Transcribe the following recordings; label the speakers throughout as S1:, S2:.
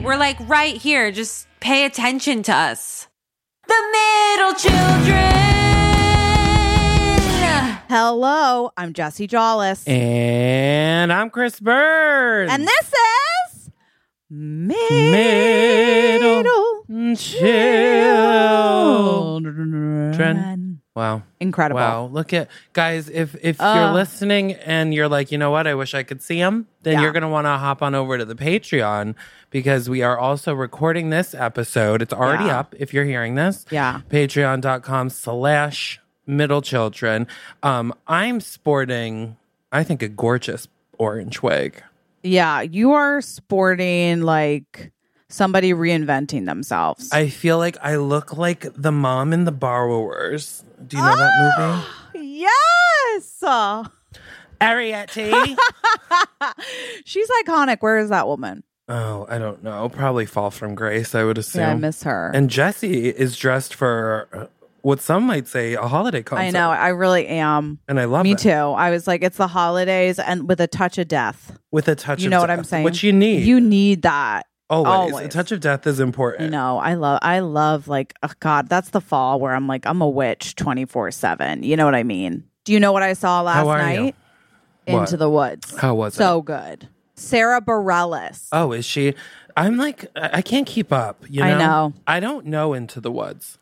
S1: right here. Just pay attention to us. The middle children.
S2: Hello, I'm Jesse Jollis.
S3: And I'm Chris Burns.
S2: And this is Middle,
S3: Middle
S2: Children.
S3: Wow.
S2: Incredible.
S3: Wow. Look at guys, if if
S2: Uh.
S3: you're listening and you're like, you know what, I wish I could see him, then
S2: Yeah.
S3: you're gonna wanna hop on over to the Patreon because we are also recording this episode. It's already
S2: Yeah.
S3: up if you're hearing this.
S2: Yeah.
S3: Patreon.com slash middle children. Um, I'm sporting I think a gorgeous orange wig.
S2: Yeah, you are sporting like somebody reinventing themselves.
S3: I feel like I look like the mom in The Borrowers. Do you know that movie?
S2: yes.
S3: Ariette.
S2: She's iconic. Where is that woman?
S3: oh, I don't know. Probably Fall from Grace, I would assume.
S2: Yeah, I miss her.
S3: and Jesse is dressed for uh, what some might say a holiday concert.
S2: I know. I really am.
S3: And I love
S2: Me
S3: it.
S2: too. I was like, it's the holidays and with a touch of death.
S3: With a touch
S2: You
S3: of
S2: know what I'm
S3: death,
S2: saying?
S3: Which you need.
S2: You need that.
S3: always. A
S2: always.
S3: touch of death is
S2: You
S3: important.
S2: know, I love, I love like, oh God, that's the fall where I'm like, I'm a witch 24 7. You know what I mean? Do you know what I saw last
S3: How are you?
S2: night?
S3: What?
S2: Into the Woods.
S3: How was it?
S2: So good. Sarah Bareilles.
S3: Oh, is she? I'm like, I I can't keep up. You know?
S2: I know.
S3: I don't know Into the Woods.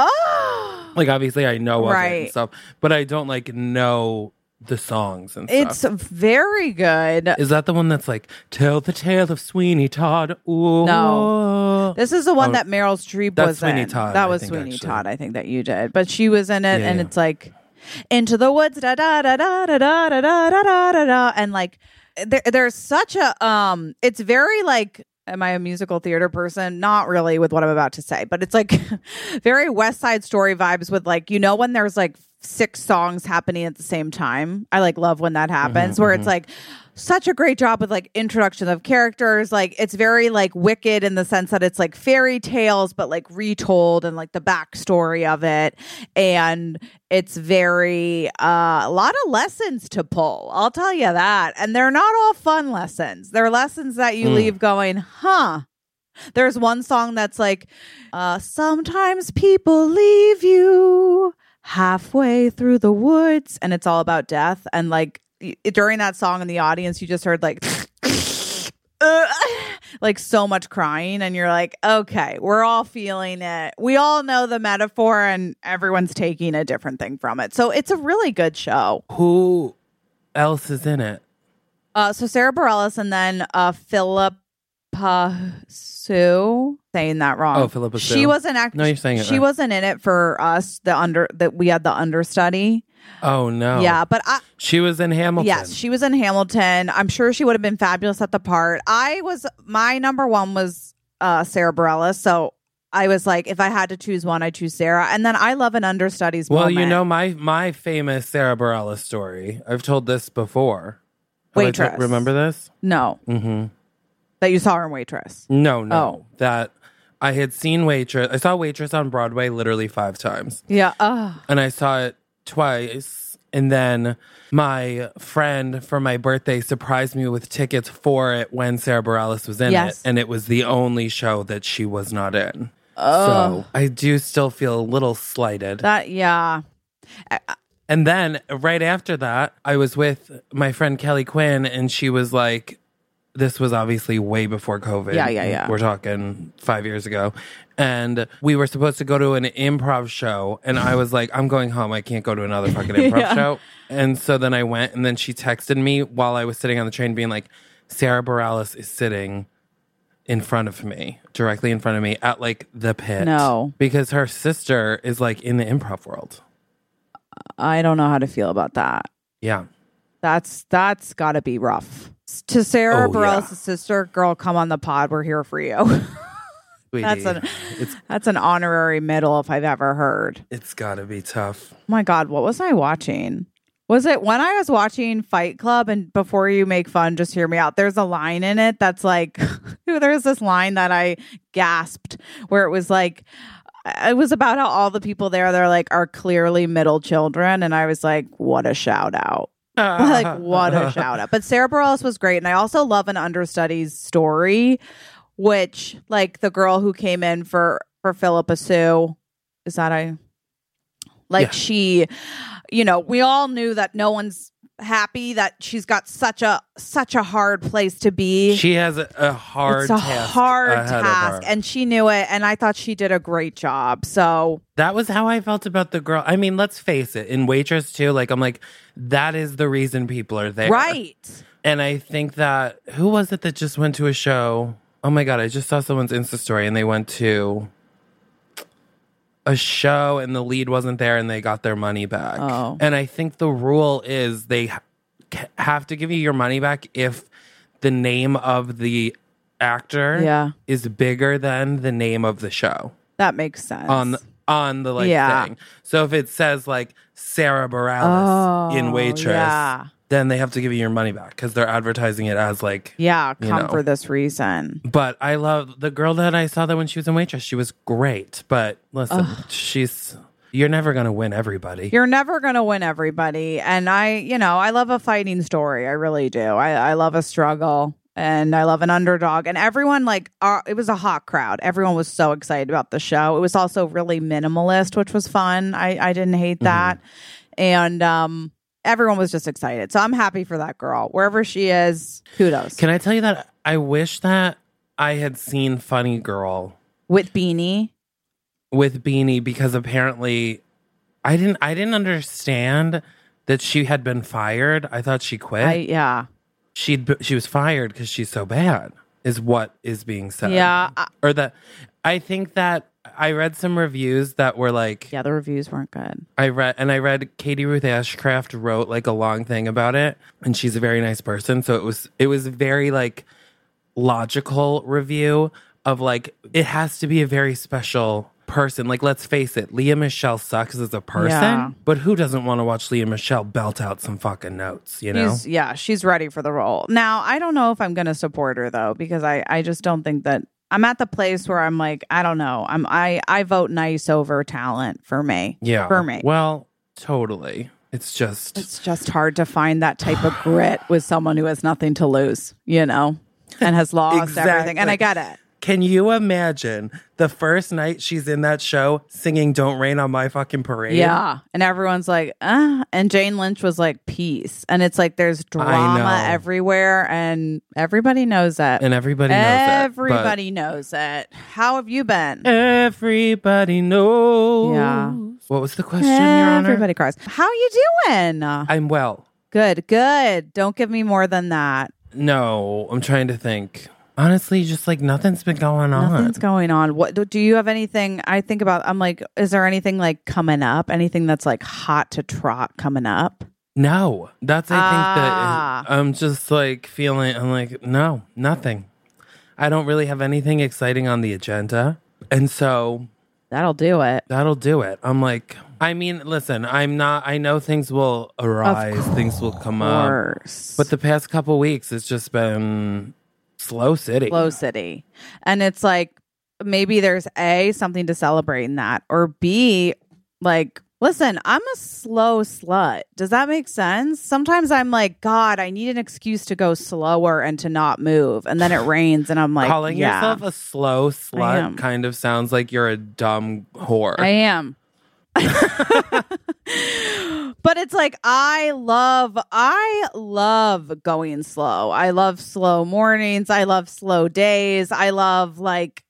S2: Oh,
S3: Like, obviously, I know of it
S2: Right.
S3: and stuff, but I don't like know the songs and stuff.
S2: it's very good.
S3: Is that the one that's like, tell the tale of Sweeney Todd? Ooh.
S2: No. This is the one that Meryl Streep
S3: Oh, that's
S2: was
S3: Sweeney
S2: in.
S3: Todd,
S2: that
S3: I
S2: was
S3: think,
S2: Sweeney
S3: actually.
S2: Todd, I think that you did. But she was in it,
S3: Yeah,
S2: and
S3: yeah.
S2: it's like into the woods, da da da da da da da da da da da da, and like there, there's such a um, it's very like. Am I a musical theater person? Not really with what I'm about to say, but it's like very West Side Story vibes with like you know when there's like six songs happening at the same time. I like love when that happens where it's like such a great job with like introduction of characters. Like it's very like wicked in the sense that it's like fairy tales, but like retold and like the backstory of it. And it's very uh, a lot of lessons to pull. I'll tell you that. And they're not all fun lessons. They're lessons that you leave going, huh. There's one song that's like, uh, sometimes people leave you halfway through the woods, and it's all about death. And like y- during that song in the audience, you just heard like, uh, like so much crying, and you're like, okay, we're all feeling it. We all know the metaphor, and everyone's taking a different thing from it. So it's a really good show.
S3: Who else is in it?
S2: Uh, so Sarah Bareilles and then uh, Philippa Sue saying that wrong.
S3: Oh, Philippa
S2: She
S3: Soo.
S2: wasn't act-
S3: No, you're saying it
S2: She
S3: right.
S2: wasn't in it for us. The under that we had the understudy.
S3: Oh, no.
S2: Yeah, but I,
S3: She was in Hamilton.
S2: yes, she was in Hamilton. I'm sure she would have been fabulous at the part. I was my number one was uh, Sarah Bareilles. So I was like, if I had to choose one, I choose Sarah. And then I love an understudy's.
S3: well, you
S2: moment.
S3: know my my famous Sarah Bareilles story. I've told this before. Have I to-
S2: Waitress.
S3: remember this?
S2: no,
S3: Mm-hmm.
S2: that you saw her in Waitress.
S3: No, no.
S2: Oh.
S3: That I had seen Waitress. I saw Waitress on Broadway literally five times.
S2: Yeah. Ugh.
S3: and I saw it twice. And then my friend for my birthday surprised me with tickets for it when Sarah Bareilles was in
S2: Yes.
S3: it, and it was the only show that she was not in. So I do still feel a little slighted.
S2: that yeah.
S3: and then right after that, I was with my friend Kelly Quinn, and she was like, this was obviously way before COVID.
S2: Yeah, yeah, yeah.
S3: We're talking five years ago. And we were supposed to go to an improv show. And I was like, I'm going home. I can't go to another fucking improv show. And so then I went. And then she texted me while I was sitting on the train, being like, Sarah Bareilles is sitting in front of me, directly in front of me at like the pit.
S2: No.
S3: Because her sister is like in the improv world.
S2: I don't know how to feel about that.
S3: Yeah.
S2: That's that's got to be rough. S- To Sarah
S3: Oh,
S2: Bareilles'
S3: yeah.
S2: sister, girl, come on the pod. We're here for you. That's
S3: Sweetie,
S2: an-
S3: it's
S2: that's an honorary medal if I've ever heard.
S3: it's gotta be tough.
S2: My God, what was I watching? Was it when I was watching Fight Club? And before you make fun, just hear me out. There's a line in it that's like, there's this line that I gasped where it was like, it was about how all the people there, they're like, are clearly middle children. And I was like, what a shout out. like what a shout out. But Sarah Bareilles was great, and I also love an understudy's story which like the girl who came in for for Philippa Sue is that I like
S3: Yeah.
S2: she you know we all knew that no one's happy that she's got such a such a hard place to be
S3: She has a, a
S2: it's
S3: hard
S2: a
S3: task
S2: hard
S3: ahead of her.
S2: task and she knew it and i thought she did a great job so
S3: That was how I felt about the girl. I mean, let's face it, in Waitress too, like I'm like, that is the reason people are there.
S2: right
S3: And I think that who was it that just went to a show? Oh my god, I just saw someone's Insta story and they went to a show and the lead wasn't there and they got their money back.
S2: Oh.
S3: And I think the rule is they ha- ca- have to give you your money back if the name of the actor
S2: Yeah.
S3: is bigger than the name of the show
S2: that makes sense
S3: on the, on the like
S2: Yeah.
S3: thing. So if it says like Sarah Bareilles
S2: Oh,
S3: in waitress,
S2: yeah.
S3: then they have to give you your money back because they're advertising it as like.
S2: yeah come
S3: you know.
S2: for this reason
S3: But I love the girl that I saw that when she was in waitress, she was great. But listen, she's you're never gonna win everybody.
S2: you're never going to win everybody and i you know i love a fighting story i really do i, I love a struggle and i love an underdog and everyone like uh, it was a hot crowd everyone was so excited about the show it was also really minimalist which was fun i i didn't hate
S3: Mm-hmm.
S2: that and um everyone was just excited so i'm happy for that girl wherever she is kudos
S3: Can I tell you that I wish that I had seen Funny Girl
S2: with beanie
S3: with Beanie because apparently I didn't I didn't understand that she had been fired. I thought she quit.
S2: i yeah
S3: she she was fired because she's so bad is what is being said
S2: yeah I,
S3: or that i think that i read some reviews that were like
S2: yeah the reviews weren't good
S3: i read and i read katie ruth ashcraft wrote like a long thing about it and she's a very nice person so it was it was very like logical review of like it has to be a very special person like let's face it leah michelle sucks as a person
S2: Yeah.
S3: but who doesn't want to watch leah michelle belt out some fucking notes you know
S2: She's, yeah, she's ready for the role. Now, I don't know if I'm going to support her though, because I, I just don't think that I'm at the place where I'm like, I don't know. I'm I I vote nice over talent for me.
S3: Yeah.
S2: for me.
S3: Well, totally. It's just
S2: It's just hard to find that type of grit with someone who has nothing to lose, you know, and has lost everything. And I get
S3: Exactly.
S2: it.
S3: can you imagine the first night she's in that show singing Don't Rain on My Fucking Parade?
S2: Yeah. And everyone's like, ah. And Jane Lynch was like, peace. And it's like there's drama
S3: know.
S2: everywhere. And everybody knows that.
S3: And everybody knows that, but-
S2: everybody knows it. How have you been?
S3: Oh, Everybody knows.
S2: Yeah.
S3: What was the question, Your Honor?
S2: Everybody cries. How you doing?
S3: I'm well.
S2: good, good. Don't give me more than that.
S3: No, I'm trying to think. Honestly, just like nothing's been going on.
S2: Nothing's going on. What do- do you have anything? I think about. I'm like, is there anything like coming up? Anything that's like hot to trot coming up?
S3: no, that's I
S2: Ah.
S3: think that I'm just like feeling. I'm like no, nothing. I don't really have anything exciting on the agenda, and so
S2: That'll do it.
S3: that'll do it. I'm like, I mean, listen, I'm not, I know things will arise, things will come up.
S2: Worse.
S3: Uh, But the past couple weeks, it's just been slow city.
S2: Low city, and it's like maybe there's a something to celebrate in that, or b like. Listen, I'm a slow slut. Does that make sense? Sometimes I'm like, God, I need an excuse to go slower and to not move. And then it rains, and I'm like,
S3: Calling
S2: yeah.
S3: yourself a slow
S2: I am.
S3: slut kind of sounds like you're a dumb whore.
S2: I am. but it's like I love I love going slow. I love slow mornings. I love slow days. I love like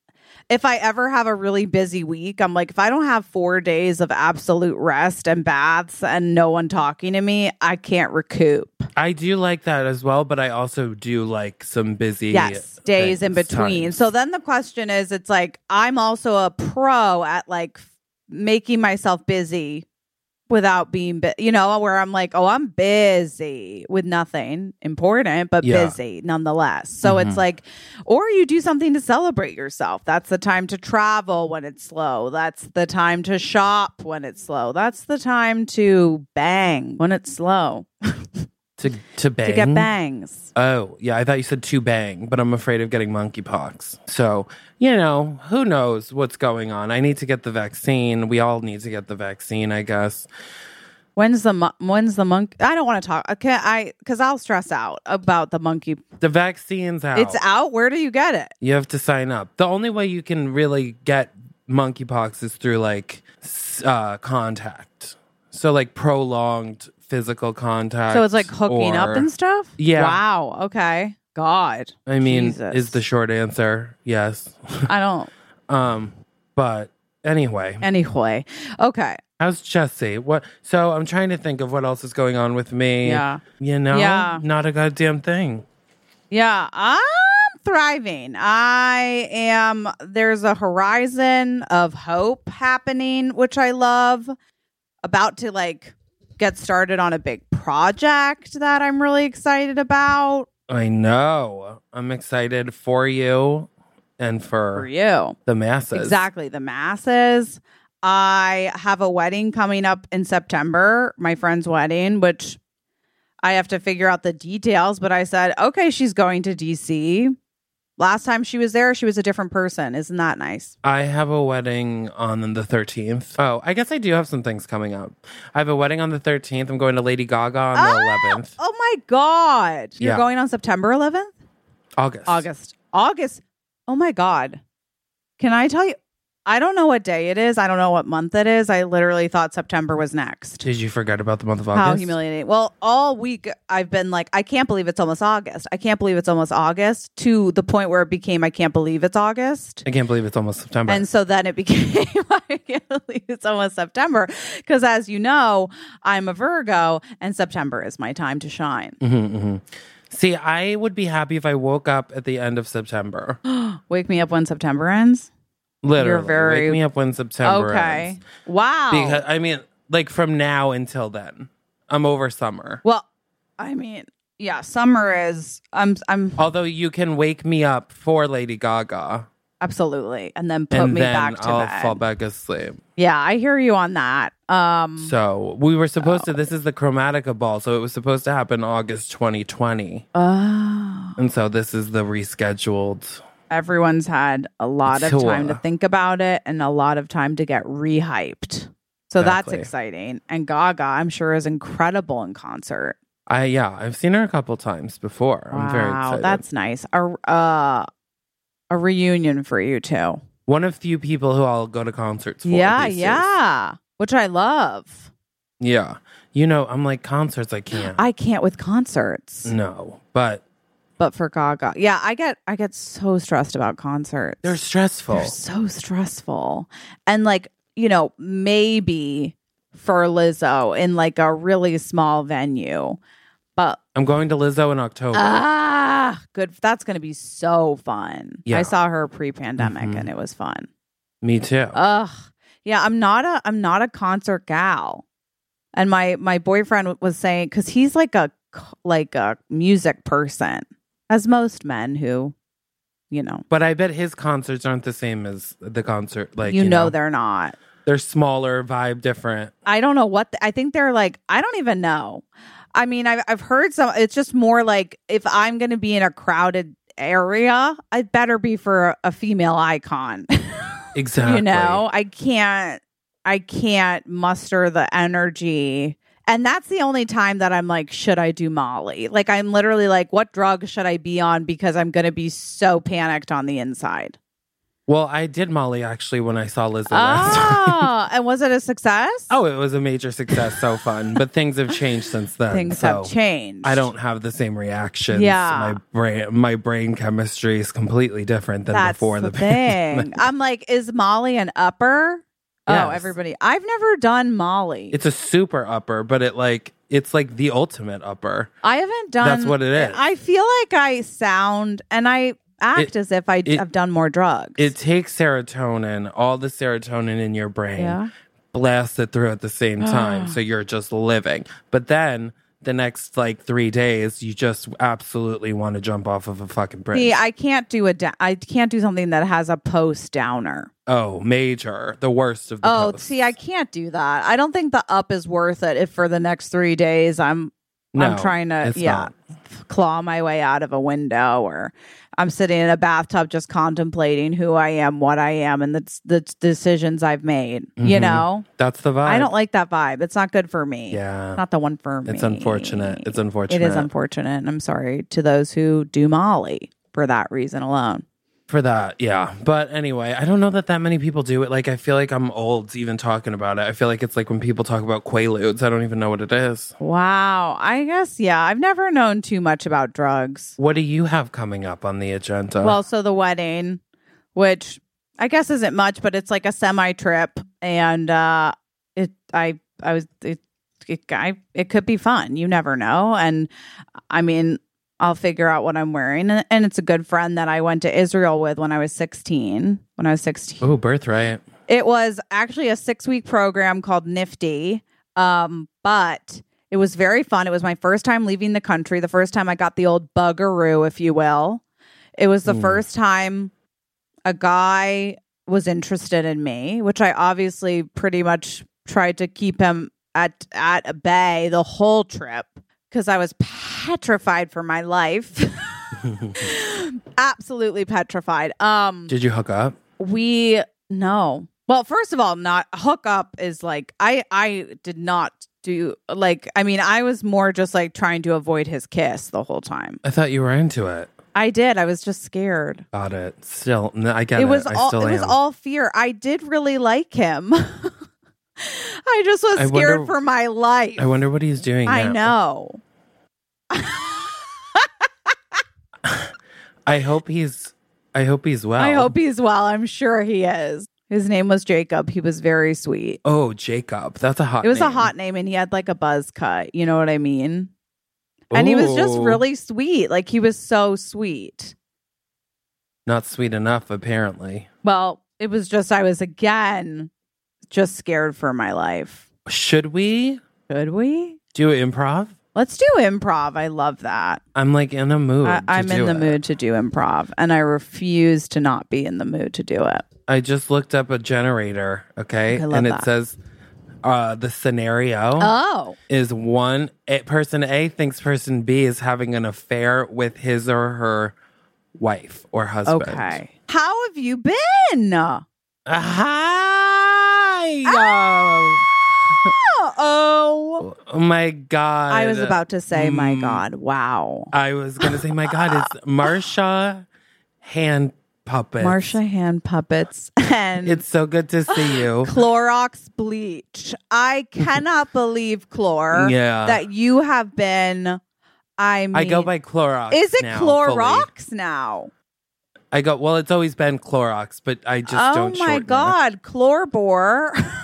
S2: if I ever have a really busy week, I'm like if I don't have 4 days of absolute rest and baths and no one talking to me, I can't recoup.
S3: I do like that as well, but I also do like some busy
S2: yes days in
S3: things,
S2: between
S3: times.
S2: so then the question is it's like i'm also a pro at like f- making myself busy without being bu- you know where i'm like oh i'm busy with nothing important but
S3: Yeah. Mm-hmm.
S2: busy nonetheless so it's like or you do something to celebrate yourself that's the time to travel when it's slow that's the time to shop when it's slow that's the time to bang when it's slow
S3: to, to bang.
S2: to get bangs
S3: Oh, yeah. I thought you said to bang, but I'm afraid of getting monkeypox. So, you know, who knows what's going on? I need to get the vaccine. We all need to get the vaccine, I guess.
S2: When's the mo- when's the monk? I don't want to talk. Okay, I because I'll stress out about the monkey.
S3: The vaccine's out.
S2: It's out. Where do you get it?
S3: You have to sign up. The only way you can really get monkeypox is through like s- uh, contact. So like prolonged physical contact.
S2: So it's like hooking
S3: or-
S2: up and stuff.
S3: Yeah.
S2: Wow. Okay. God.
S3: I mean,
S2: Jesus.
S3: is the short answer yes.
S2: I don't.
S3: Um, but anyway,
S2: Anyway. Okay.
S3: how's Jesse? What? So I'm trying to think of what else is going on with me.
S2: Yeah.
S3: you know,
S2: Yeah.
S3: not a goddamn thing.
S2: Yeah, I'm thriving. I am. There's a horizon of hope happening, which I love. About to like get started on a big project that I'm really excited about
S3: I know. I'm excited for you and for,
S2: for you.
S3: the masses.
S2: Exactly. The masses. I have a wedding coming up in September, my friend's wedding, which I have to figure out the details. But I said, okay, she's going to DC. Last time she was there, she was a different person. Isn't that nice?
S3: I have a wedding on the 13th. Oh, I guess I do have some things coming up. I have a wedding on the 13th. I'm going to Lady Gaga on the 11th.
S2: Oh my God. You're
S3: Yeah.
S2: going on September 11th?
S3: August.
S2: August. August. Oh my God. Can I tell you? I don't know what day it is. I don't know what month it is. I literally thought September was next.
S3: Did you forget about the month of August?
S2: How humiliating. Well, all week I've been like, I can't believe it's almost August. I can't believe it's almost August to the point where it became, I can't believe it's August.
S3: I can't believe it's almost September.
S2: And so then it became, I can't believe it's almost September. Because as you know, I'm a Virgo and September is my time to shine.
S3: Mm-hmm. See, I would be happy if I woke up at the end of September.
S2: Wake me up when September ends.
S3: Literally.
S2: very-
S3: Wake me up when September
S2: okay.
S3: ends.
S2: Wow.
S3: Because, I mean, like from now until then, I'm over summer.
S2: well, I mean, yeah, summer is, I'm, I'm
S3: Although you can wake me up for Lady Gaga
S2: absolutely. And then put
S3: and
S2: me
S3: then
S2: back to
S3: I'll
S2: bed.
S3: fall back asleep.
S2: Yeah, I hear you on that. Um,
S3: So we were supposed
S2: Oh.
S3: to. This is the Chromatica ball, so it was supposed to happen August 2020,
S2: Oh,
S3: and so this is the rescheduled.
S2: everyone's had a lot of
S3: Sure.
S2: time to think about it and a lot of time to get rehyped. So that's
S3: Exactly.
S2: exciting. And Gaga, I'm sure, is incredible in concert.
S3: I yeah, I've seen her a couple times before. I'm very excited.
S2: that's nice. A uh, a reunion for you two.
S3: one of few people who I'll go to concerts for.
S2: yeah,
S3: these days.
S2: yeah, which I love.
S3: yeah. You know, I'm like concerts. I can't.
S2: I can't with concerts,
S3: no, but
S2: but for Gaga, yeah, I get I get so stressed about concerts.
S3: they're stressful.
S2: They're so stressful. And like, you know, maybe for Lizzo in like a really small venue. But
S3: I'm going to Lizzo in October.
S2: ah, good. That's going to be so fun.
S3: Yeah.
S2: I saw her pre-pandemic
S3: Mhm.
S2: and it was fun.
S3: Me too.
S2: Ugh. Yeah, I'm not a I'm not a concert gal. And my my boyfriend was saying cuz he's like a c- like a music person as most men who you know,
S3: but I bet his concerts aren't the same as the concert. Like
S2: you know
S3: know
S2: they're not.
S3: they're smaller, vibe different.
S2: I don't know what the, I think they're like. I don't even know. I mean, I've I've heard some. It's just more like if I'm going to be in a crowded area, I better be for a, a female icon.
S3: Exactly.
S2: You know, I can't. I can't muster the energy. And that's the only time that I'm like, should I do Molly? Like, I'm literally like, what drug should I be on? Because I'm going to be so panicked on the inside.
S3: Well, I did Molly actually when I saw Lizzo last time.
S2: Oh, and was it a success?
S3: Oh, it was a major success, so fun. But things have changed since then.
S2: things
S3: so
S2: have changed.
S3: I don't have the same reactions.
S2: Yeah.
S3: my brain, my brain chemistry is completely different than
S2: That's
S3: before
S2: the,
S3: the,
S2: thing. I'm like, is Molly an upper? Oh,
S3: Yes.
S2: everybody. I've never done Molly.
S3: It's a super upper, but it like it's like the ultimate upper.
S2: I haven't done.
S3: That's what it is.
S2: I feel like I sound and I act
S3: It-
S2: as if I
S3: it-
S2: have done more drugs.
S3: It takes serotonin, all the serotonin in your brain,
S2: Yeah. Ah.
S3: blast it through at the same time, so you're just living. But then the next like three days, you just absolutely want to jump off of a fucking bridge.
S2: See, I can't do a. Da- I can't do something that has a post downer.
S3: Oh, major, the worst of the
S2: Oh,
S3: posts.
S2: see, I can't do that. I don't think the up is worth it if for the next three days I'm
S3: No,
S2: I'm trying to
S3: it's
S2: yeah.
S3: not.
S2: claw my way out of a window or I'm sitting in a bathtub just contemplating who I am, what I am, and the, the decisions I've made. You
S3: Mhm.
S2: know,
S3: That's the vibe.
S2: I don't like that vibe. It's not good for me.
S3: Yeah.
S2: Not the one for me.
S3: It's unfortunate. It's unfortunate.
S2: It is unfortunate. And I'm sorry to those who do Molly for that reason alone.
S3: for that. Yeah. But anyway, I don't know that that many people do it. Like, I feel like I'm old even talking about it. I feel like it's like when people talk about Quaaludes, I don't even know what it is.
S2: Wow. I guess, yeah, I've never known too much about drugs.
S3: What do you have coming up on the agenda?
S2: Well, so the wedding, which I guess isn't much, but it's like a semi trip. And uh, it, I, I was, it, it, I, it could be fun. You never know. And I mean, I'll figure out what I'm wearing. And, and it's a good friend that I went to Israel with when I was 16. When I was 16.
S3: oh, birthright.
S2: It was actually a six week program called Nifty, um, but it was very fun. It was my first time leaving the country, the first time I got the old bugaroo, if you will. It was the
S3: Mm.
S2: first time a guy was interested in me, which I obviously pretty much tried to keep him at at a bay the whole trip because I was petrified for my life. Absolutely petrified. Um,
S3: Did you hook up?
S2: we no. Well, first of all, not hookup is like I I did not do like I mean I was more just like trying to avoid his kiss the whole time.
S3: I thought you were into it.
S2: I did. I was just scared.
S3: Got it. Still, no, I get it.
S2: it was
S3: I
S2: all
S3: still
S2: it was
S3: am.
S2: all fear. I did really like him. I just was
S3: I
S2: scared
S3: wonder-
S2: for my life.
S3: I wonder what he's doing.
S2: I
S3: now.
S2: know.
S3: I hope he's. I hope he's well.
S2: I hope he's well. I'm sure he is. His name was Jacob. He was very sweet.
S3: Oh, Jacob. That's a hot.
S2: It was a
S3: name.
S2: hot name and he had like a buzz cut. You know what I mean? And he was just
S3: Ooh.
S2: really sweet. Like he was so sweet.
S3: not sweet enough. Apparently,
S2: Well, it was just I was again just scared for my life.
S3: should we
S2: Should we?
S3: do improv?
S2: Let's do improv. I love that.
S3: I'm like in a mood.
S2: I,
S3: to
S2: I'm in
S3: do
S2: the
S3: it.
S2: mood to do improv, and I refuse to not be in the mood to do it.
S3: I just looked up a generator. Okay,
S2: I love
S3: and it
S2: that.
S3: says uh, the scenario
S2: Oh,
S3: is one a, person A thinks person B is having an affair with his or her wife or husband.
S2: okay. How have you been?
S3: Uh, Hi.
S2: Ah! Oh,
S3: Oh my god.
S2: I was about to say, my
S3: Mm.
S2: God, wow.
S3: I was gonna say, my god, it's Marsha hand puppet.
S2: Marsha hand puppets and
S3: It's so good to see you.
S2: Clorox bleach. I cannot believe Clor
S3: Mm-hmm. Yeah.
S2: that you have been. I mean,
S3: I go by Clorox.
S2: Is it
S3: now, fully.
S2: Clorox now?
S3: I go well. It's always been Clorox, but I just
S2: Oh
S3: don't.
S2: my
S3: shorten it.
S2: God, Chlorbor.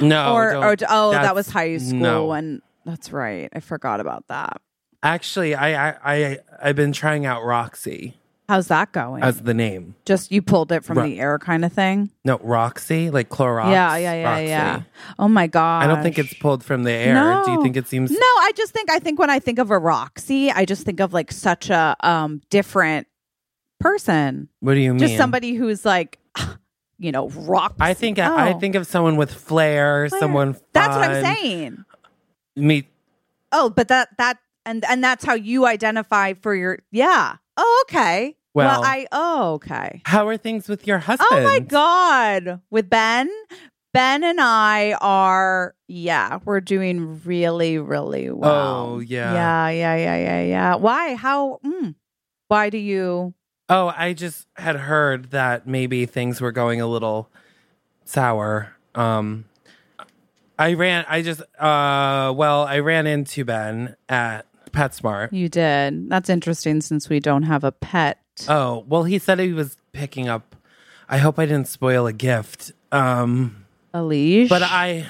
S3: No,
S2: or,
S3: don't.
S2: or oh, that
S3: That's-
S2: was high school
S3: no.
S2: when. That's right. I forgot about that.
S3: Actually, I, I I I've been trying out Roxy
S2: How's that going?
S3: as the name.
S2: Just you pulled it from
S3: Right.
S2: the air, kind of thing.
S3: No, Roxy, like Clorox.
S2: yeah, yeah, yeah,
S3: Roxy.
S2: yeah. Oh my God.
S3: I don't think it's pulled from the air. Do
S2: No.
S3: you think it seems?
S2: No, I just think I think when I think of a Roxy, I just think of like such a um different person.
S3: What do you mean?
S2: Just somebody who's like you know, Roxy.
S3: I think I, I
S2: Oh,
S3: think of someone with flair,
S2: Claire.
S3: someone.
S2: That's what I'm
S3: fun.
S2: saying.
S3: Me.
S2: Oh, but that that and and that's how you identify for your yeah. Oh, okay.
S3: Well-
S2: I oh okay.
S3: How are things with your husband?
S2: Oh my god. With Ben, Ben and I are yeah, we're doing really really well.
S3: Oh, yeah.
S2: Yeah, yeah, yeah, yeah, yeah. Why? How mm, why do you
S3: Oh, I just had heard that maybe things were going a little sour. Um, I ran. I just. Uh, well, I ran into Ben at PetSmart.
S2: you did. That's interesting since we don't have a pet.
S3: Oh, well, he said he was picking up. I hope I didn't spoil a gift. Um,
S2: A leash.
S3: but I,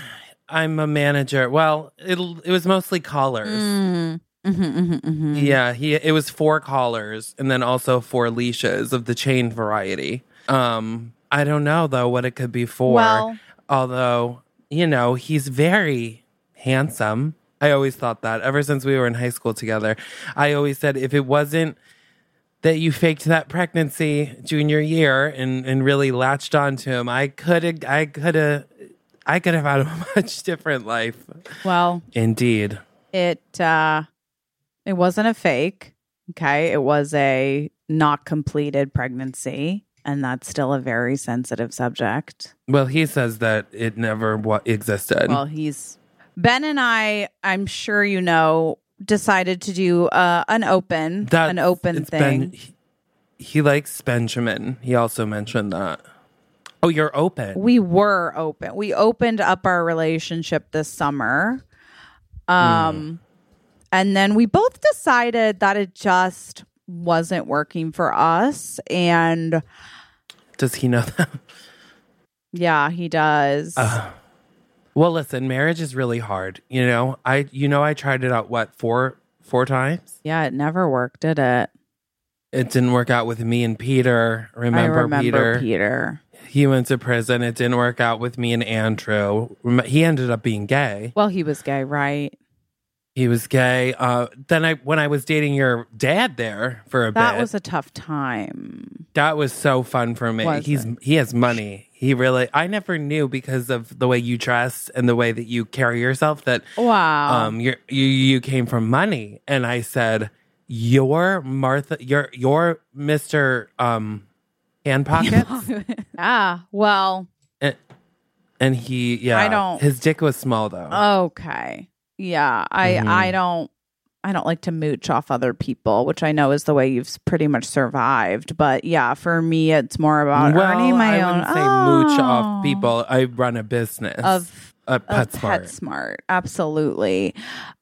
S3: I'm a manager. Well, it it was mostly collars.
S2: Mm, mhm, mhm, mhm.
S3: Yeah, he it was four collars and then also four leashes of the chain variety. Um, I don't know though what it could be for.
S2: Well-
S3: although you know he's very handsome. I always thought that ever since we were in high school together. I always said if it wasn't that you faked that pregnancy junior year and and really latched onto him, I could have I could have I could have had a much different life.
S2: Well,
S3: Indeed.
S2: it uh It wasn't a fake. Okay. It was a not completed pregnancy. And that's still a very sensitive subject.
S3: Well, he says that it never wa- existed.
S2: Well, he's Ben and I, I'm sure you know, decided to do uh, an open,
S3: That's-
S2: an open
S3: it's
S2: thing.
S3: Ben- he, he likes Benjamin. He also mentioned that. Oh, you're open.
S2: we were open. We opened up our relationship this summer.
S3: Hmm.
S2: Um and then we both decided that it just wasn't working for us and
S3: Does he know that?
S2: yeah, he does.
S3: Uh-huh. Well, listen, marriage is really hard. You know, I you know I tried it out what four four times.
S2: yeah, it never worked, did it?
S3: It didn't work out with me and Peter. Remember,
S2: I remember
S3: Peter? He went to prison. It didn't work out with me and Andrew. Rem- He ended up being gay.
S2: Well, he was gay, right?
S3: He was gay. Uh, then I when I was dating your dad there for a
S2: That
S3: bit.
S2: was a tough time.
S3: That was so fun for me.
S2: Was
S3: He's he has money. He really I never knew because of the way you dress and the way that you carry yourself that
S2: Wow.
S3: um you you you came from money and I said your Martha your your Mr um hand pockets
S2: ah, well,
S3: and, and he yeah
S2: I don't- Oh,
S3: his dick was small though.
S2: Okay. Yeah, I
S3: Mm-hmm.
S2: I don't I don't like to mooch off other people, which I know is the way you've s- pretty much survived. But yeah, for me, it's more about earning my
S3: I
S2: own.
S3: wouldn't say mooch
S2: Oh.
S3: off people. I run a business
S2: Of-
S3: a
S2: Of
S3: PetSmart.
S2: PetSmart, absolutely,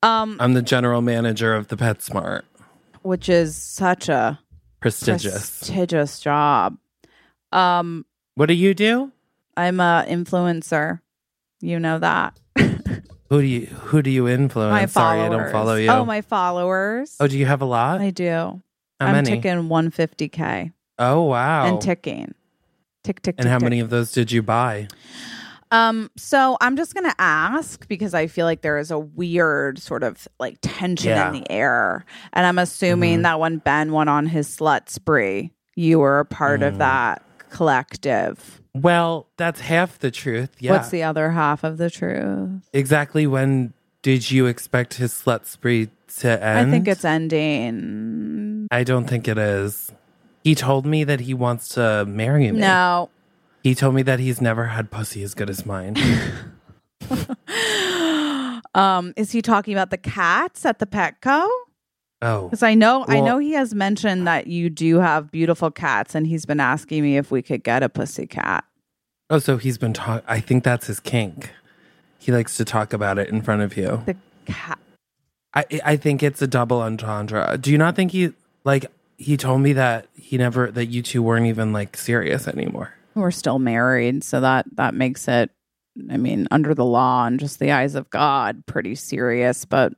S2: um,
S3: I'm the general manager of the PetSmart.
S2: which is such a
S3: Prestigious.
S2: prestigious job. Um,
S3: what do you do?
S2: I'm a influencer, you know that.
S3: Who do you who do you influence?
S2: my
S3: Oh, Sorry, I
S2: followers.
S3: don't follow you.
S2: Oh, my followers.
S3: Oh, do you have a lot?
S2: I do.
S3: how
S2: I'm
S3: many?
S2: ticking 150k.
S3: Oh wow.
S2: and ticking. Tick tick.
S3: And
S2: tick,
S3: how
S2: tick.
S3: many of those did you buy?
S2: Um. So I'm just gonna ask because I feel like there is a weird sort of like tension
S3: Yeah. Mm-hmm.
S2: in the air, and I'm assuming that when Ben went on his slut spree, you were a part
S3: Mm.
S2: of that collective.
S3: Well, that's half the truth. Yeah.
S2: What's the other half of the truth?
S3: exactly when did you expect his slut spree to end?
S2: I think it's ending.
S3: I don't think it is. He told me that he wants to marry me.
S2: No.
S3: He told me that he's never had pussy as good as mine.
S2: Um. Is he talking about the cats at the Petco?
S3: oh.
S2: Because I know, I
S3: Well-
S2: know he has mentioned that you do have beautiful cats, and he's been asking me if we could get a pussy cat.
S3: Oh, so he's been talk I think that's his kink. He likes to talk about it in front of you.
S2: The cat.
S3: I I think it's a double entendre. Do you not think he like he told me that he never that you two weren't even like serious anymore?
S2: We're still married, so that that makes it. I mean, under the law and just the eyes of God, pretty serious. But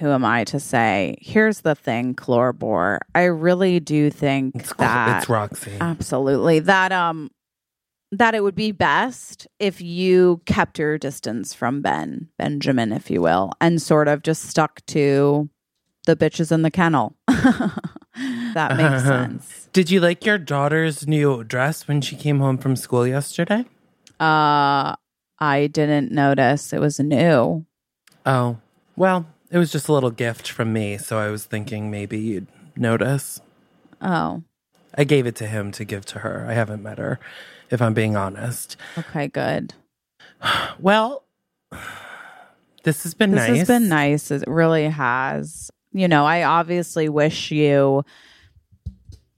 S2: who am I to say? Here's the thing, Clorbor. I really do think
S3: It's cool.
S2: that
S3: it's Roxy.
S2: Absolutely. That um that it would be best if you kept your distance from Ben, Benjamin, if you will, and sort of just stuck to the bitches in the kennel. that makes sense.
S3: Did you like your daughter's new dress when she came home from school yesterday?
S2: Uh I didn't notice it was new.
S3: Oh, well, it was just a little gift from me, so I was thinking maybe you'd notice.
S2: Oh,
S3: I gave it to him to give to her. I haven't met her, if I'm being honest.
S2: okay, good.
S3: Well, this has been
S2: This
S3: nice.
S2: has been nice. It really has. You know, I obviously wish you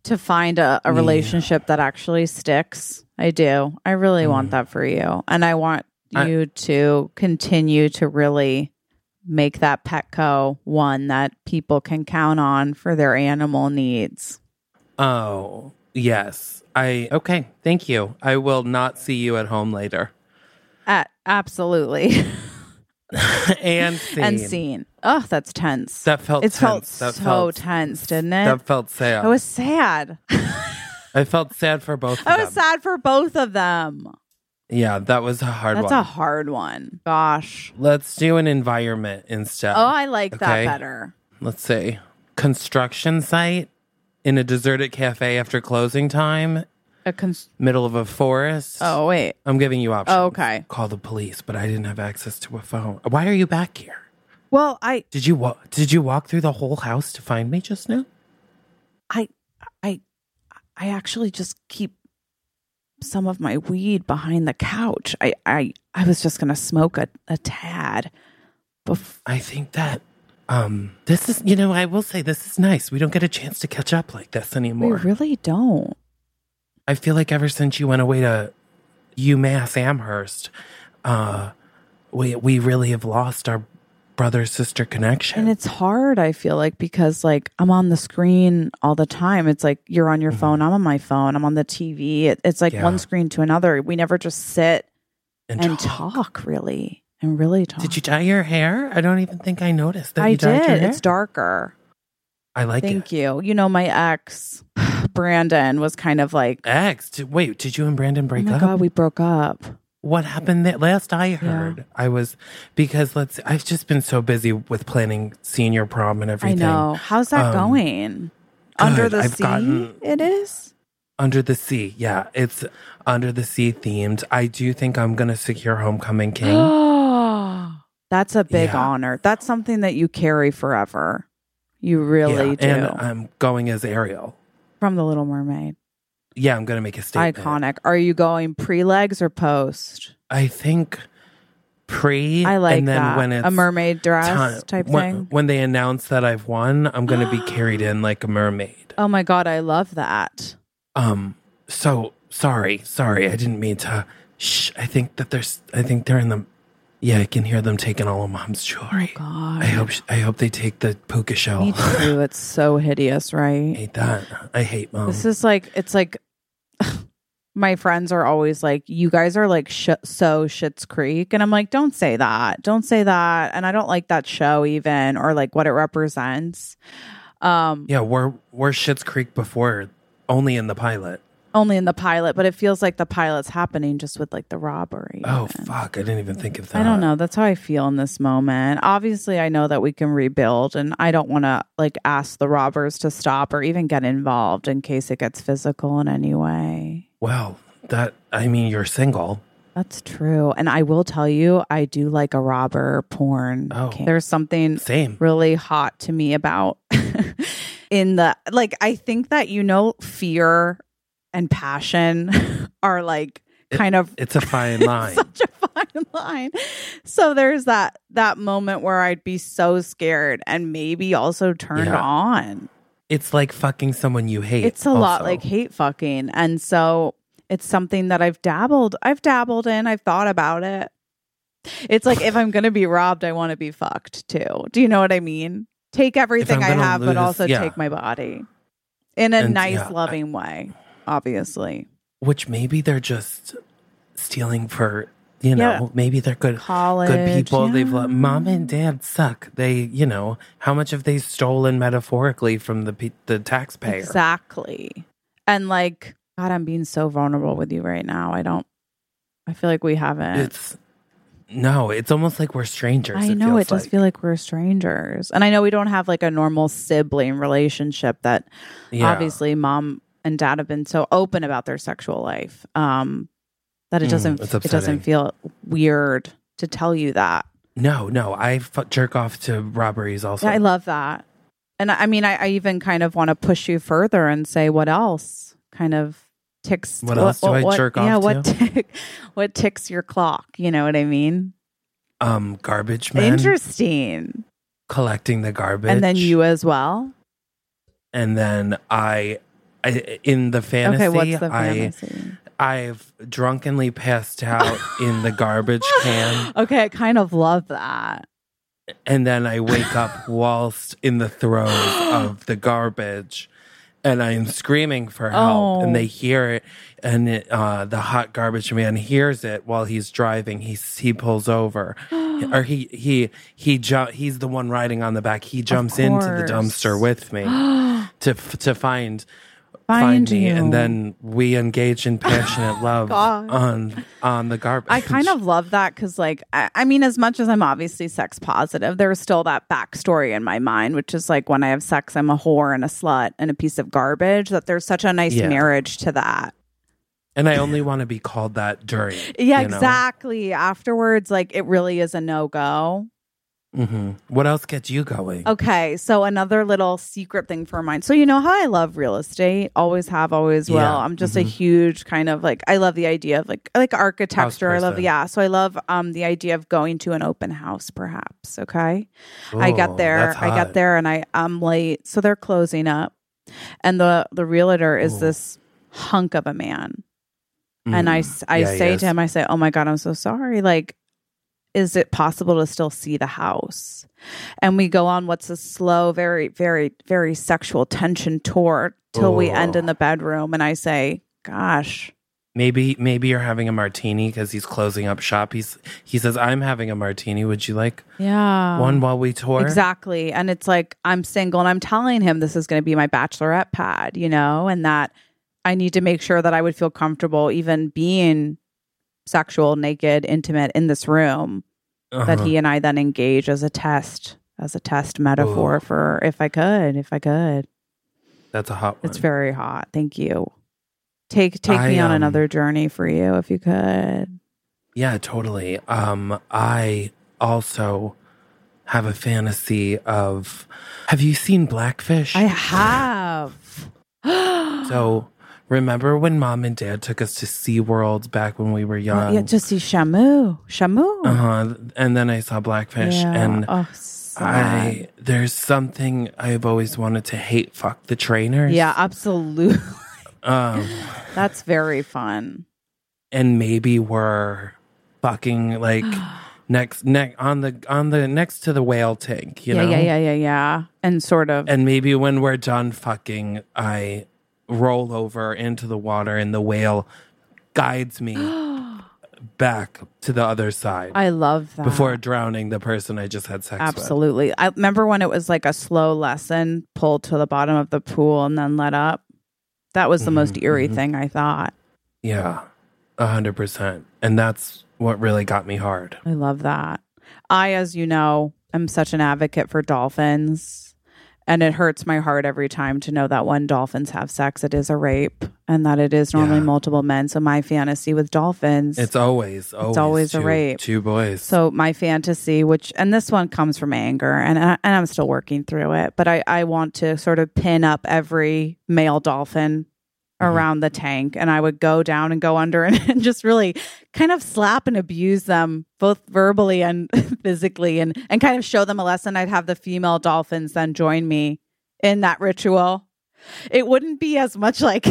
S2: to find a, a relationship that actually sticks. I do. I really want that for you. And I want
S3: Mm. I-
S2: you to continue to really make that Petco one that people can count on for their animal needs.
S3: Oh, yes. I okay, thank you. I will not see you at home later.
S2: A- absolutely.
S3: and scene.
S2: and scene. Oh, that's tense.
S3: That felt
S2: it felt
S3: tense.
S2: so
S3: That felt-
S2: tense, didn't it?
S3: That felt sad.
S2: I was sad.
S3: I felt sad for both of
S2: I was
S3: them.
S2: sad for both of them.
S3: Yeah, that was a hard
S2: That's
S3: one.
S2: a hard one. Gosh.
S3: Let's do an environment instead.
S2: Oh, I like that
S3: Okay.
S2: better.
S3: Let's see. Construction site in a deserted cafe after closing time,
S2: A cons-
S3: middle of a forest.
S2: oh, wait.
S3: I'm giving you options.
S2: Okay.
S3: Call the police, but I didn't have access to a phone. Why are you back here?
S2: Well, I
S3: Did you walk? Did you walk through the whole house to find me just now?
S2: I I I actually just keep some of my weed behind the couch. I I I was just going to smoke a, a tad. Bef-
S3: I think that um this is you know I will say this is nice. We don't get a chance to catch up like this
S2: we
S3: anymore.
S2: really don't.
S3: I feel like ever since you went away to UMass Amherst, uh, we we really have lost our brother sister connection.
S2: And it's hard, I feel like, because like I'm on the screen all the time. It's like you're on your phone, I'm on my phone, I'm on the TV. It, it's like
S3: Mm-hmm. Yeah.
S2: one screen to another. We never just sit
S3: And
S2: and
S3: talk.
S2: talk, really and really talk.
S3: Did you dye your hair? I don't even think I noticed that
S2: I
S3: you dyed your
S2: did.
S3: hair.
S2: It's darker.
S3: I like
S2: Thank
S3: it.
S2: you. You know, my ex, Brandon, was kind of like,
S3: X. Did, wait, did you and Brandon
S2: oh
S3: break
S2: my
S3: up?
S2: God, we broke up.
S3: what happened that last I heard? I was because let's. I've just been so busy with planning senior prom and
S2: I
S3: everything.
S2: know. How's that
S3: Um,
S2: going? Under
S3: good.
S2: the
S3: I've
S2: sea,
S3: gotten-
S2: it is?
S3: Under the sea, yeah, it's under the sea themed. I do think I'm gonna secure homecoming king.
S2: That's a big
S3: Yeah.
S2: honor. That's something that you carry forever. You really
S3: yeah,
S2: do.
S3: and I'm going as Ariel.
S2: From The Little Mermaid.
S3: Yeah, I'm gonna make a statement.
S2: Iconic. Are you going pre legs or post?
S3: I think pre.
S2: I like
S3: and then
S2: that.
S3: When it's
S2: a mermaid dress
S3: time-
S2: type
S3: when,
S2: thing.
S3: When they announce that I've won, I'm going to be carried in like a mermaid.
S2: Oh my God, I love that.
S3: Um, so sorry, sorry, I didn't mean to. Shh, I think that there's, I think they're in the. Yeah, I can hear them taking all of mom's jewelry.
S2: Oh
S3: I
S2: God.
S3: hope, sh- I hope they take the puka shell.
S2: Me too. It's so hideous, right?
S3: I hate that. I hate mom.
S2: This is like it's like my friends are always like, "You guys are like sh- so Shit's Creek," and I'm like, "Don't say that, don't say that," and I don't like that show even or like what it represents. Um,
S3: yeah, we're we're Shit's Creek before, only in the pilot.
S2: only in the pilot, but it feels like the pilot's happening just with like the robbery.
S3: Oh
S2: even.
S3: fuck, I didn't even think of that.
S2: I don't know. That's how I feel in this moment. Obviously, I know that we can rebuild, and I don't want to like ask the robbers to stop or even get involved in case it gets physical in any way.
S3: Well, that I mean, you're single.
S2: That's true. And I will tell you, I do like a robber porn.
S3: Oh.
S2: king. There's something
S3: Same.
S2: really hot to me about in the like I think that you know fear and passion are like kind of
S3: It's a fine line.
S2: such a fine line. So there's that that moment where I'd be so scared and maybe also turned
S3: Yeah.
S2: on.
S3: It's like fucking someone you hate.
S2: It's a lot
S3: also.
S2: like hate fucking. And so it's something that I've dabbled. I've dabbled in. I've thought about it. It's like if I'm going to be robbed, I want to be fucked too. Do you know what I mean? Take everything I
S3: gonna
S2: have, but
S3: lose-
S2: also
S3: yeah.
S2: take my body in a
S3: And,
S2: nice,
S3: yeah, I-
S2: loving way, obviously.
S3: which maybe they're just stealing for you know
S2: Yeah.
S3: maybe they're good
S2: College.
S3: good people they've
S2: yeah.
S3: let mom and dad suck they you know how much have they stolen metaphorically from the pe- the taxpayer
S2: Exactly. And like, God, I'm being so vulnerable with you right now. I don't, I feel like we haven't.
S3: it's no it's almost like we're strangers
S2: I know it
S3: feels
S2: does
S3: like.
S2: feel like we're strangers, and I know we don't have like a normal sibling relationship. That
S3: yeah.
S2: obviously, mom and dad have been so open about their sexual life um, that it
S3: Mm,
S2: doesn't
S3: it's
S2: it doesn't
S3: upsetting.
S2: feel weird to tell you that.
S3: no no i f- jerk off to robberies also
S2: Yeah, I love that, and I I mean, I, I even kind of want to push you further and say, what else kind of ticks?
S3: What else do I jerk off
S2: Yeah, what tick, what ticks your clock? You know what I mean?
S3: um garbage men
S2: Interesting,
S3: collecting the garbage
S2: and then you as well.
S3: and then i, I in the fantasy,
S2: okay, what's the
S3: I,
S2: fantasy?
S3: I've drunkenly passed out in the garbage can
S2: Okay, I kind of love that.
S3: and then I wake up whilst in the throes of the garbage, and I am screaming for help,
S2: Oh.
S3: and they hear it, and it, uh, the hot garbage man hears it while he's driving. He he pulls over, or he he he ju- He's the one riding on the back. He jumps into the
S2: course.
S3: dumpster with me to f- to find.
S2: Find
S3: me,
S2: you.
S3: and then we engage in passionate love
S2: God.
S3: on on the garbage.
S2: I kind of love that because, like, I, I mean, as much as I'm obviously sex positive, there's still that backstory in my mind, which is like when I have sex, I'm a whore and a slut and a piece of garbage. That there's such a nice
S3: Yeah.
S2: marriage to that.
S3: and I only want to be called that during.
S2: Yeah,
S3: you know?
S2: exactly. Afterwards, like, it really is a no go.
S3: Mm-hmm. What else gets you going?
S2: Okay, so another little secret thing for mine. So you know how I love real estate, always have, always will.
S3: Yeah. Mm-hmm.
S2: I'm just a huge kind of like I love the idea of like I like architecture. I love
S3: person.
S2: yeah. So I love um the idea of going to an open house, perhaps. Okay, Oh, I
S3: Ooh,
S2: got there.
S3: Oh, that's
S2: I got
S3: hot.
S2: there, and I I'm late, so they're closing up, and the the realtor is this hunk of a man and I, s- I
S3: Mm. Yeah, he
S2: say
S3: is.
S2: to him, I say, "Oh my god, I'm so sorry. Like, is it possible to still see the house?" And we go on what's a slow, very, very, very sexual tension tour till we end
S3: Oh.
S2: in the bedroom, and I say, "Gosh,
S3: maybe maybe you're having a martini because he's closing up shop. He's he says I'm having a martini. Would you like
S2: yeah,
S3: one while we tour?
S2: Exactly. And it's like, I'm single and I'm telling him this is going to be my bachelorette pad, you know, and that I need to make sure that I would feel comfortable even being sexual, naked, intimate in this room that
S3: Uh-huh.
S2: he and I then engage as a test, as a test metaphor
S3: Ooh.
S2: for if I could, if I could.
S3: That's a hot one.
S2: It's very hot. Thank you. Take take me
S3: I,
S2: on
S3: um,
S2: another journey for you if you could.
S3: yeah, totally. Um, I also have a fantasy of. Have you seen Blackfish?
S2: I have.
S3: so remember when mom and dad took us to SeaWorld back when we were young?
S2: Oh, yeah, just see Shamu. Shamu.
S3: uh huh. And then I saw Blackfish
S2: Yeah.
S3: and.
S2: oh, sad.
S3: I there's something I've always wanted to hate. Fuck the trainers.
S2: yeah, absolutely.
S3: Um,
S2: That's very fun.
S3: and maybe we're fucking like next neck on the on the next to the whale tank, you
S2: yeah,
S3: know?
S2: yeah, yeah, yeah, yeah. And sort of.
S3: And maybe when we're done fucking, I roll over into the water and the whale guides me back to the other side
S2: I love that.
S3: before drowning the person I just had sex with.
S2: absolutely. I remember when it was like a slow lesson, pulled to the bottom of the pool and then let up. That was the most
S3: Mm-hmm,
S2: eerie thing I thought.
S3: Yeah. A hundred percent. And that's what really got me hard.
S2: I love that. I, as you know, am such an advocate for dolphins. And it hurts my heart every time to know that when dolphins have sex, it is a rape and that it is normally
S3: Yeah.
S2: multiple men. So, my fantasy with dolphins.
S3: It's always, always,
S2: always a
S3: two-
S2: rape.
S3: Two boys.
S2: So my fantasy, which and this one comes from anger, and I, and I'm still working through it, but I I want to sort of pin up every male dolphin around the tank, and I would go down and go under and, and just really kind of slap and abuse them both verbally and physically, and and kind of show them a lesson. I'd have the female dolphins then join me in that ritual. It wouldn't be as much like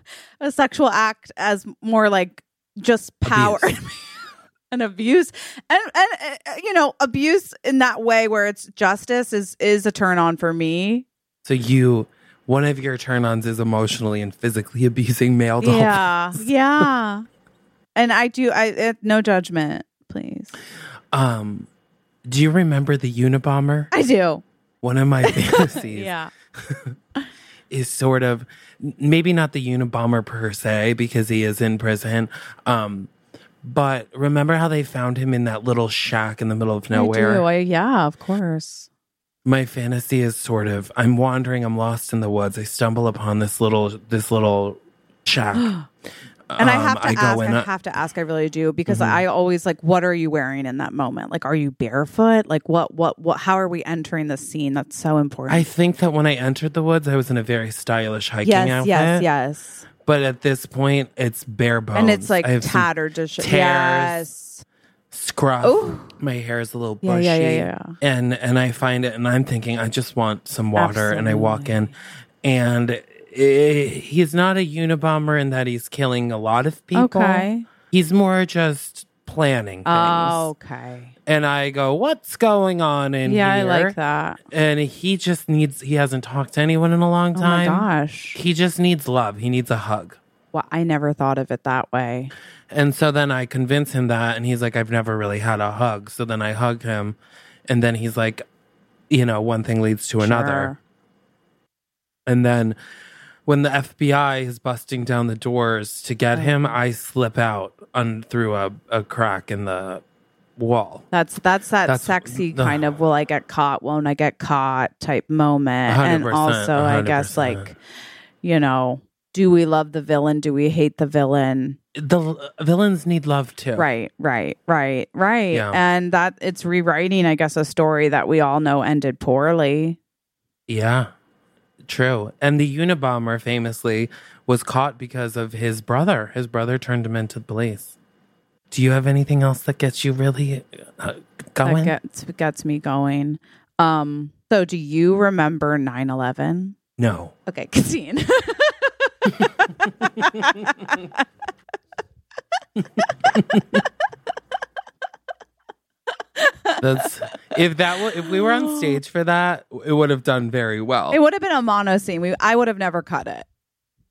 S2: a sexual act as more like just power
S3: Abuse.
S2: and abuse and and uh, you know abuse in that way where it's justice is is a turn on for me
S3: So you, one of your turn-ons is emotionally and physically abusing male dolphins.
S2: yeah yeah and i do i uh, no judgment please
S3: Um, do you remember the Unabomber?
S2: i do
S3: One of my fantasies is sort of maybe not the Unabomber per se because he is in prison. Um, but remember how they found him in that little shack in the middle of nowhere?
S2: I do. I, yeah of course
S3: my fantasy is sort of I'm wandering, I'm lost in the woods. I stumble upon this little this little shack. Um,
S2: and I have to ask,
S3: in, Mm-hmm.
S2: I have to ask, I really do, because I always like, what are you wearing in that moment? Like, are you barefoot? Like, what, what, what, how are we entering the scene? That's so important.
S3: I think that when I entered the woods, I was in a very stylish hiking
S2: yes,
S3: outfit.
S2: yes, yes.
S3: But at this point, it's bare bones.
S2: And it's like
S3: I have some
S2: tattered to shit.
S3: tears.
S2: Yes.
S3: scruff.
S2: Ooh.
S3: My hair is a little
S2: Yeah,
S3: bushy.
S2: yeah, yeah, yeah.
S3: And and I find it, and I'm thinking, I just want some water. And I walk in, and eh, he's not a Unabomber in that he's killing a lot of people.
S2: Okay.
S3: He's more just planning things.
S2: Oh, okay.
S3: And I go, what's going on in
S2: Yeah, I
S3: here?
S2: like that.
S3: And he just needs. He hasn't talked to anyone in a long
S2: Oh my
S3: time.
S2: gosh.
S3: He just needs love. He needs a hug.
S2: Well, I never thought of it that way.
S3: And so then I convince him that, and he's like, I've never really had a hug. So then I hug him, and then he's like, you know, one thing leads to another.
S2: Sure.
S3: And then when the FBI is busting down the doors to
S2: Mm.
S3: get him, I slip out un- through a, a crack in the wall.
S2: That's that's that
S3: That's-
S2: sexy
S3: the-
S2: kind of will I get caught, won't I get caught type moment. And
S3: 100%,
S2: also I guess
S3: 100%.
S2: like, you know, do we love the villain? Do we hate the villain?
S3: the l- villains need love too.
S2: Right, right, right, right.
S3: Yeah.
S2: And that it's rewriting, I guess, a story that we all know ended poorly.
S3: Yeah. True. And the Unabomber famously was caught because of his brother. His brother turned him into the police. Do you have anything else that gets you really uh, going?
S2: That gets gets me going. Um, so do you remember 9-11?
S3: no.
S2: Okay, Christine.
S3: That's if that w- if we were on stage for that, it would have done very well.
S2: it would have been a mono scene. We I would have never cut it.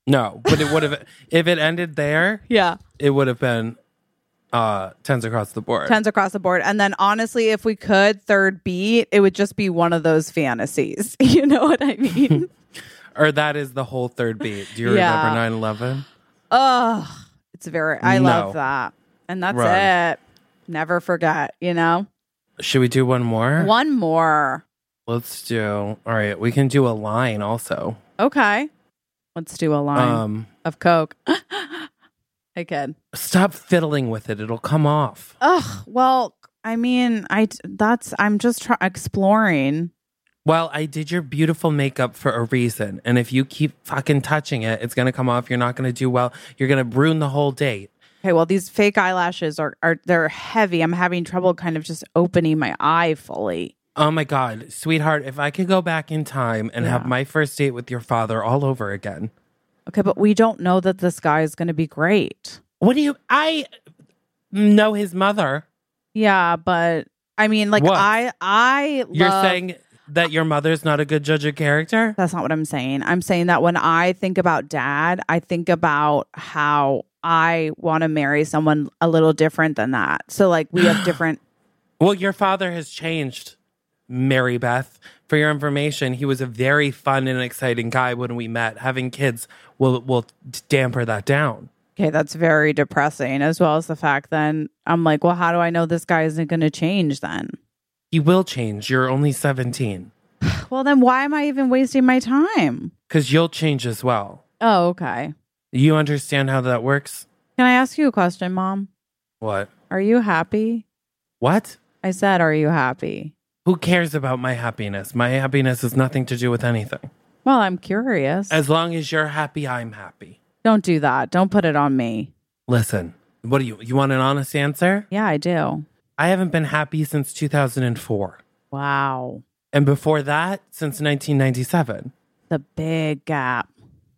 S3: no, but it would have if it ended there,
S2: Yeah.
S3: it would have been uh tens across the board.
S2: Tens across the board. And then honestly, if we could third beat, it would just be one of those fantasies. You know what I mean?
S3: Or that is the whole third beat. Do you
S2: Yeah.
S3: remember 9/11?
S2: Ugh. It's very I
S3: No.
S2: love that. And that's
S3: Right.
S2: it. Never forget, you know?
S3: Should we do one more?
S2: One more.
S3: Let's do. All right, we can do a line also.
S2: Okay. Let's do a line
S3: Um,
S2: of Coke. I kid.
S3: stop fiddling with it; it'll come off.
S2: Ugh. Well, I mean, I d- that's I'm just try- exploring.
S3: Well, I did your beautiful makeup for a reason, and if you keep fucking touching it, it's gonna come off. You're not gonna do well. You're gonna ruin the whole date.
S2: Okay. Well, these fake eyelashes are are they're heavy. I'm having trouble kind of just opening my eye fully.
S3: Oh my god, sweetheart! If I could go back in time and have my first date with your father all over again,
S2: Okay, but we don't know that this guy is going to be great.
S3: what do you? I know his mother.
S2: Yeah, but I mean, like
S3: What?
S2: I I love,
S3: You're saying that your mother's not a good judge of character.
S2: That's not what I'm saying. I'm saying that when I think about dad, I think about how I want to marry someone a little different than that. So, like, we have different.
S3: Well, your father has changed, Mary Beth. For your information, he was a very fun and exciting guy when we met. Having kids will will damper that down.
S2: Okay, that's very depressing, as well as the fact then I'm like, well, how do I know this guy isn't going to change then?
S3: He will change. You're only 17
S2: Well, then why am I even wasting my time?
S3: cuz you'll change as well.
S2: Oh, okay.
S3: You understand how that works?
S2: Can I ask you a question, mom?
S3: What?
S2: Are you happy?
S3: What?
S2: I said, are you happy?
S3: Who cares about my happiness? My happiness has nothing to do with anything.
S2: Well, I'm curious.
S3: As long as you're happy, I'm happy.
S2: Don't do that. Don't put it on me.
S3: Listen. What do you you want an honest answer?
S2: Yeah, I do.
S3: I haven't been happy since 2004.
S2: Wow.
S3: And before that, since 1997.
S2: The big gap.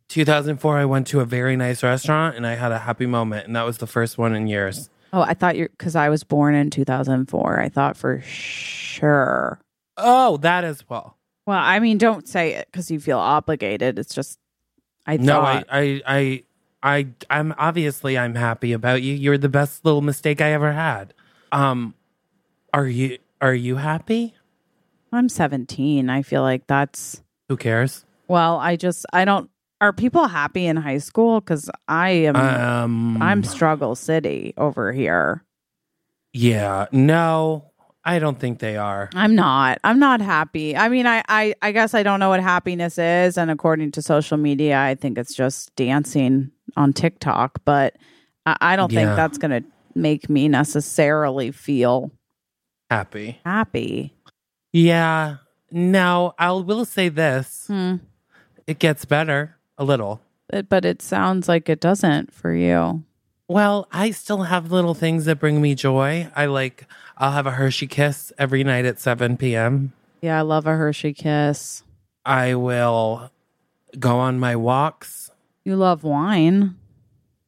S3: 2004, I went to a very nice restaurant and I had a happy moment. And that was the first one in years.
S2: Oh, I thought you're because I was born in 2004. I thought for sure.
S3: Oh, that as well.
S2: Well, I mean, don't say it because you feel obligated. It's just, I
S3: No, I,
S2: thought.
S3: I, I, I, I'm obviously I'm happy about you. You're the best little mistake I ever had. Um, are you, are you happy?
S2: I'm 17. I feel like that's,
S3: Who cares?
S2: well, I just, I don't, are people happy in high school? Because I am,
S3: Um,
S2: I'm struggle city over here.
S3: yeah, no, I don't think they are.
S2: I'm not. I'm not happy. I mean, I, I, I guess I don't know what happiness is. And according to social media, I think it's just dancing on TikTok, but I, I don't
S3: Yeah.
S2: think that's going to make me necessarily feel
S3: Happy.
S2: happy.
S3: Yeah. No, I will say this.
S2: Hmm.
S3: It gets better a little.
S2: It, but it sounds like it doesn't for you.
S3: Well, I still have little things that bring me joy. I like, I'll have a Hershey kiss every night at 7 p.m.
S2: Yeah, I love a Hershey kiss.
S3: I will go on my walks.
S2: You love wine.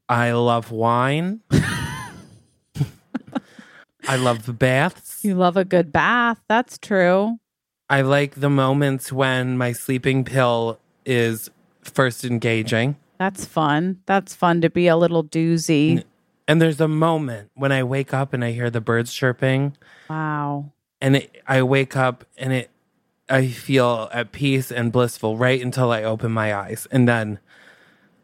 S3: I love wine. I love the baths.
S2: You love a good bath. That's true.
S3: I like the moments when my sleeping pill is first engaging.
S2: That's fun. That's fun to be a little doozy.
S3: And there's a moment when I wake up and I hear the birds chirping.
S2: Wow.
S3: and it, I wake up and it I feel at peace and blissful right until I open my eyes and then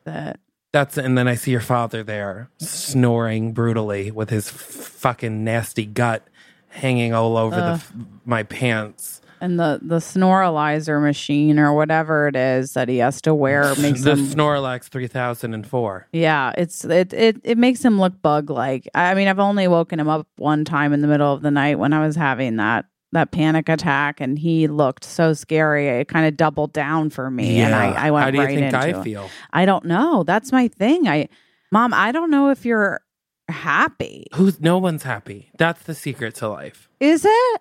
S2: That
S3: that's and then I see your father there snoring brutally with his f- fucking nasty gut hanging all over the, f- my pants
S2: and the the snoralizer machine or whatever it is that he has to wear makes
S3: the
S2: him
S3: Snorlax 3004.
S2: yeah it's it it, it makes him look bug like i mean i've only woken him up one time in the middle of the night when i was having that that panic attack and he looked so scary it kind of doubled down for me and i i went
S3: How do you
S2: right
S3: think
S2: into
S3: I
S2: it.
S3: feel?
S2: i don't know that's my thing i mom i don't know if you're happy
S3: Who's no one's happy. That's the secret to life.
S2: is it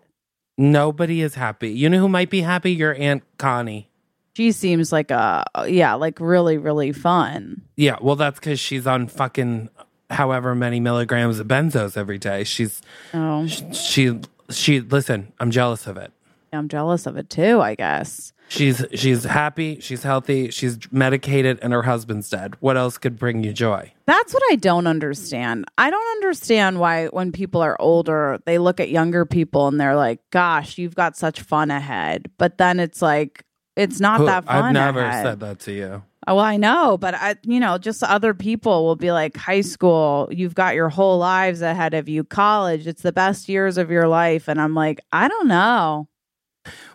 S3: Nobody is happy. You know who might be happy? Your aunt Connie.
S2: she seems like a yeah like really really fun
S3: Yeah, well that's cuz she's on fucking however many milligrams of benzos every day. She's
S2: oh
S3: she she listen, I'm jealous of it.
S2: I'm jealous of it too, I guess.
S3: She's she's happy, she's healthy, she's medicated and her husband's dead. What else could bring you joy?
S2: That's what I don't understand. I don't understand why when people are older, they look at younger people and they're like, gosh, you've got such fun ahead. But then it's like, it's not
S3: Who-
S2: that fun.
S3: I've never
S2: ahead.
S3: said that to you.
S2: Oh, Well, I know, but I, you know, just other people will be like, high school, you've got your whole lives ahead of you. College, it's the best years of your life. And I'm like, I don't know.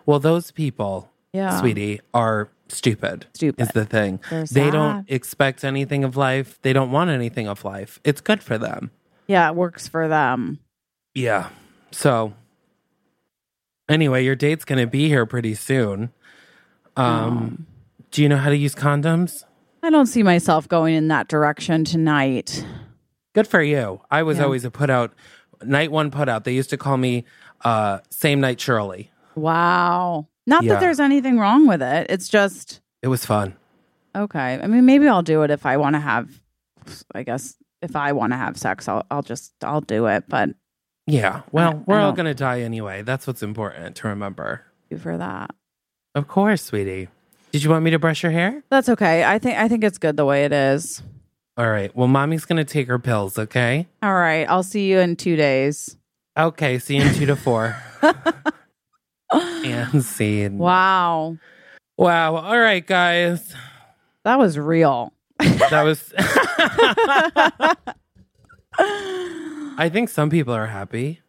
S3: Well, those people,
S2: Yeah.
S3: sweetie, are stupid.
S2: Stupid.
S3: is the thing.
S2: They're
S3: They
S2: sad.
S3: don't expect anything of life. They don't want anything of life. It's good for them.
S2: Yeah, it works for them.
S3: Yeah. So anyway, your date's going to be here pretty soon. Um, do you know how to use condoms?
S2: I don't see myself going in that direction tonight.
S3: Good for you. I was
S2: Yeah.
S3: always a put out night one put out. They used to call me uh same night Shirley.
S2: Wow. Not
S3: Yeah.
S2: that there's anything wrong with it. It's just
S3: It was fun.
S2: okay. I mean, maybe I'll do it if I want to have. I guess if I want to have sex, I'll I'll just I'll do it. But thank
S3: Yeah. Well, we're
S2: I
S3: all
S2: don't-
S3: going to die anyway. That's what's important to remember.
S2: you for that.
S3: Of course, sweetie. Did you want me to brush your hair?
S2: That's okay. I think I think it's good the way it is.
S3: All right. Well, mommy's going to take her pills, okay?
S2: All right. I'll see you in two days.
S3: Okay, see you in two to four. and scene.
S2: Wow,
S3: Wow. All right, guys.
S2: that was real.
S3: That was. I think some people are happy.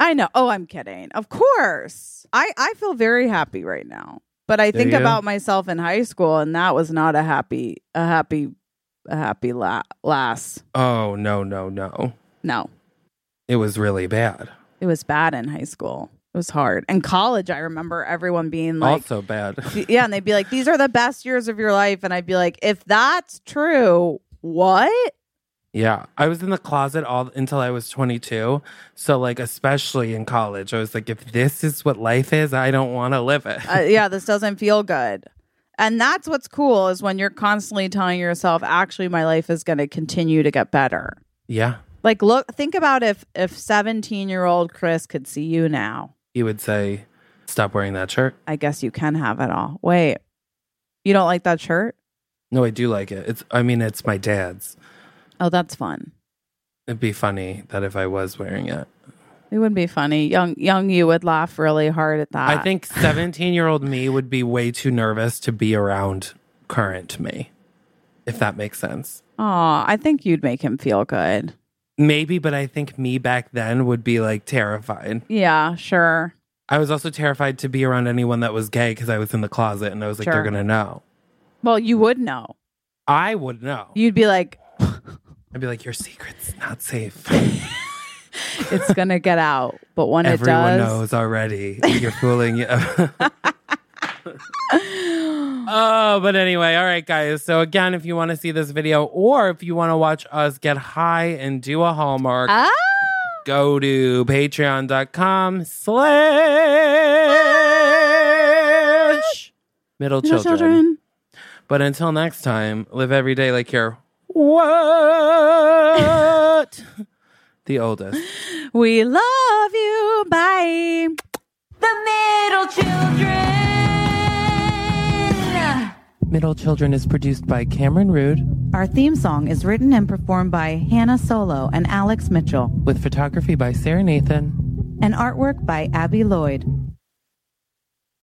S2: I know. Oh, I'm kidding. Of course. I I feel very happy right now. But I
S3: Do
S2: think
S3: you?
S2: about myself in high school and that was not a happy a happy a happy la- lass.
S3: Oh, no, no, no.
S2: No.
S3: It was really bad.
S2: It was bad in high school. It was hard. In college, I remember everyone being like
S3: also bad.
S2: yeah, and they'd be like these are the best years of your life and I'd be like if that's true, what?
S3: yeah. I was in the closet all until I was 22. So, like, especially in college, I was like, if this is what life is, I don't want to live it.
S2: uh, yeah, this doesn't feel good. And that's what's cool is when you're constantly telling yourself, actually, my life is going to continue to get better.
S3: yeah.
S2: Like, look, think about if if 17 year old Chris could see you now.
S3: You would say, stop wearing that shirt.
S2: I guess you can have it all. Wait, you don't like that shirt?
S3: No, I do like it. It's, I mean, it's my dad's.
S2: Oh, that's fun.
S3: It'd be funny that if I was wearing it.
S2: It would be funny. Young young you would laugh really hard at that.
S3: I think 17 year old me would be way too nervous to be around current me, if that makes sense.
S2: Aw, I think you'd make him feel good.
S3: Maybe, but I think me back then would be like terrified.
S2: Yeah, sure.
S3: I was also terrified to be around anyone that was gay because I was in the closet and I was like,
S2: Sure.
S3: they're going to know.
S2: Well, you would know.
S3: I would know.
S2: You'd be like,
S3: I'd be like, your secret's not safe.
S2: it's gonna get out, but when
S3: Everyone
S2: it does,
S3: knows already. You're fooling. oh, but anyway, all right, guys. So again, if you want to see this video or if you want to watch us get high and do a hallmark,
S2: Ah!
S3: go to patreon.com slash middle
S2: Little
S3: children. But until next time, live every day like you're what? the oldest.
S2: We love you. Bye.
S1: The middle children.
S3: Middle Children is produced by Cameron Rude
S2: Our theme song is written and performed by Hannah Solo and Alex Mitchell,
S3: with photography by Sarah Nathan.
S2: and artwork by Abby Lloyd.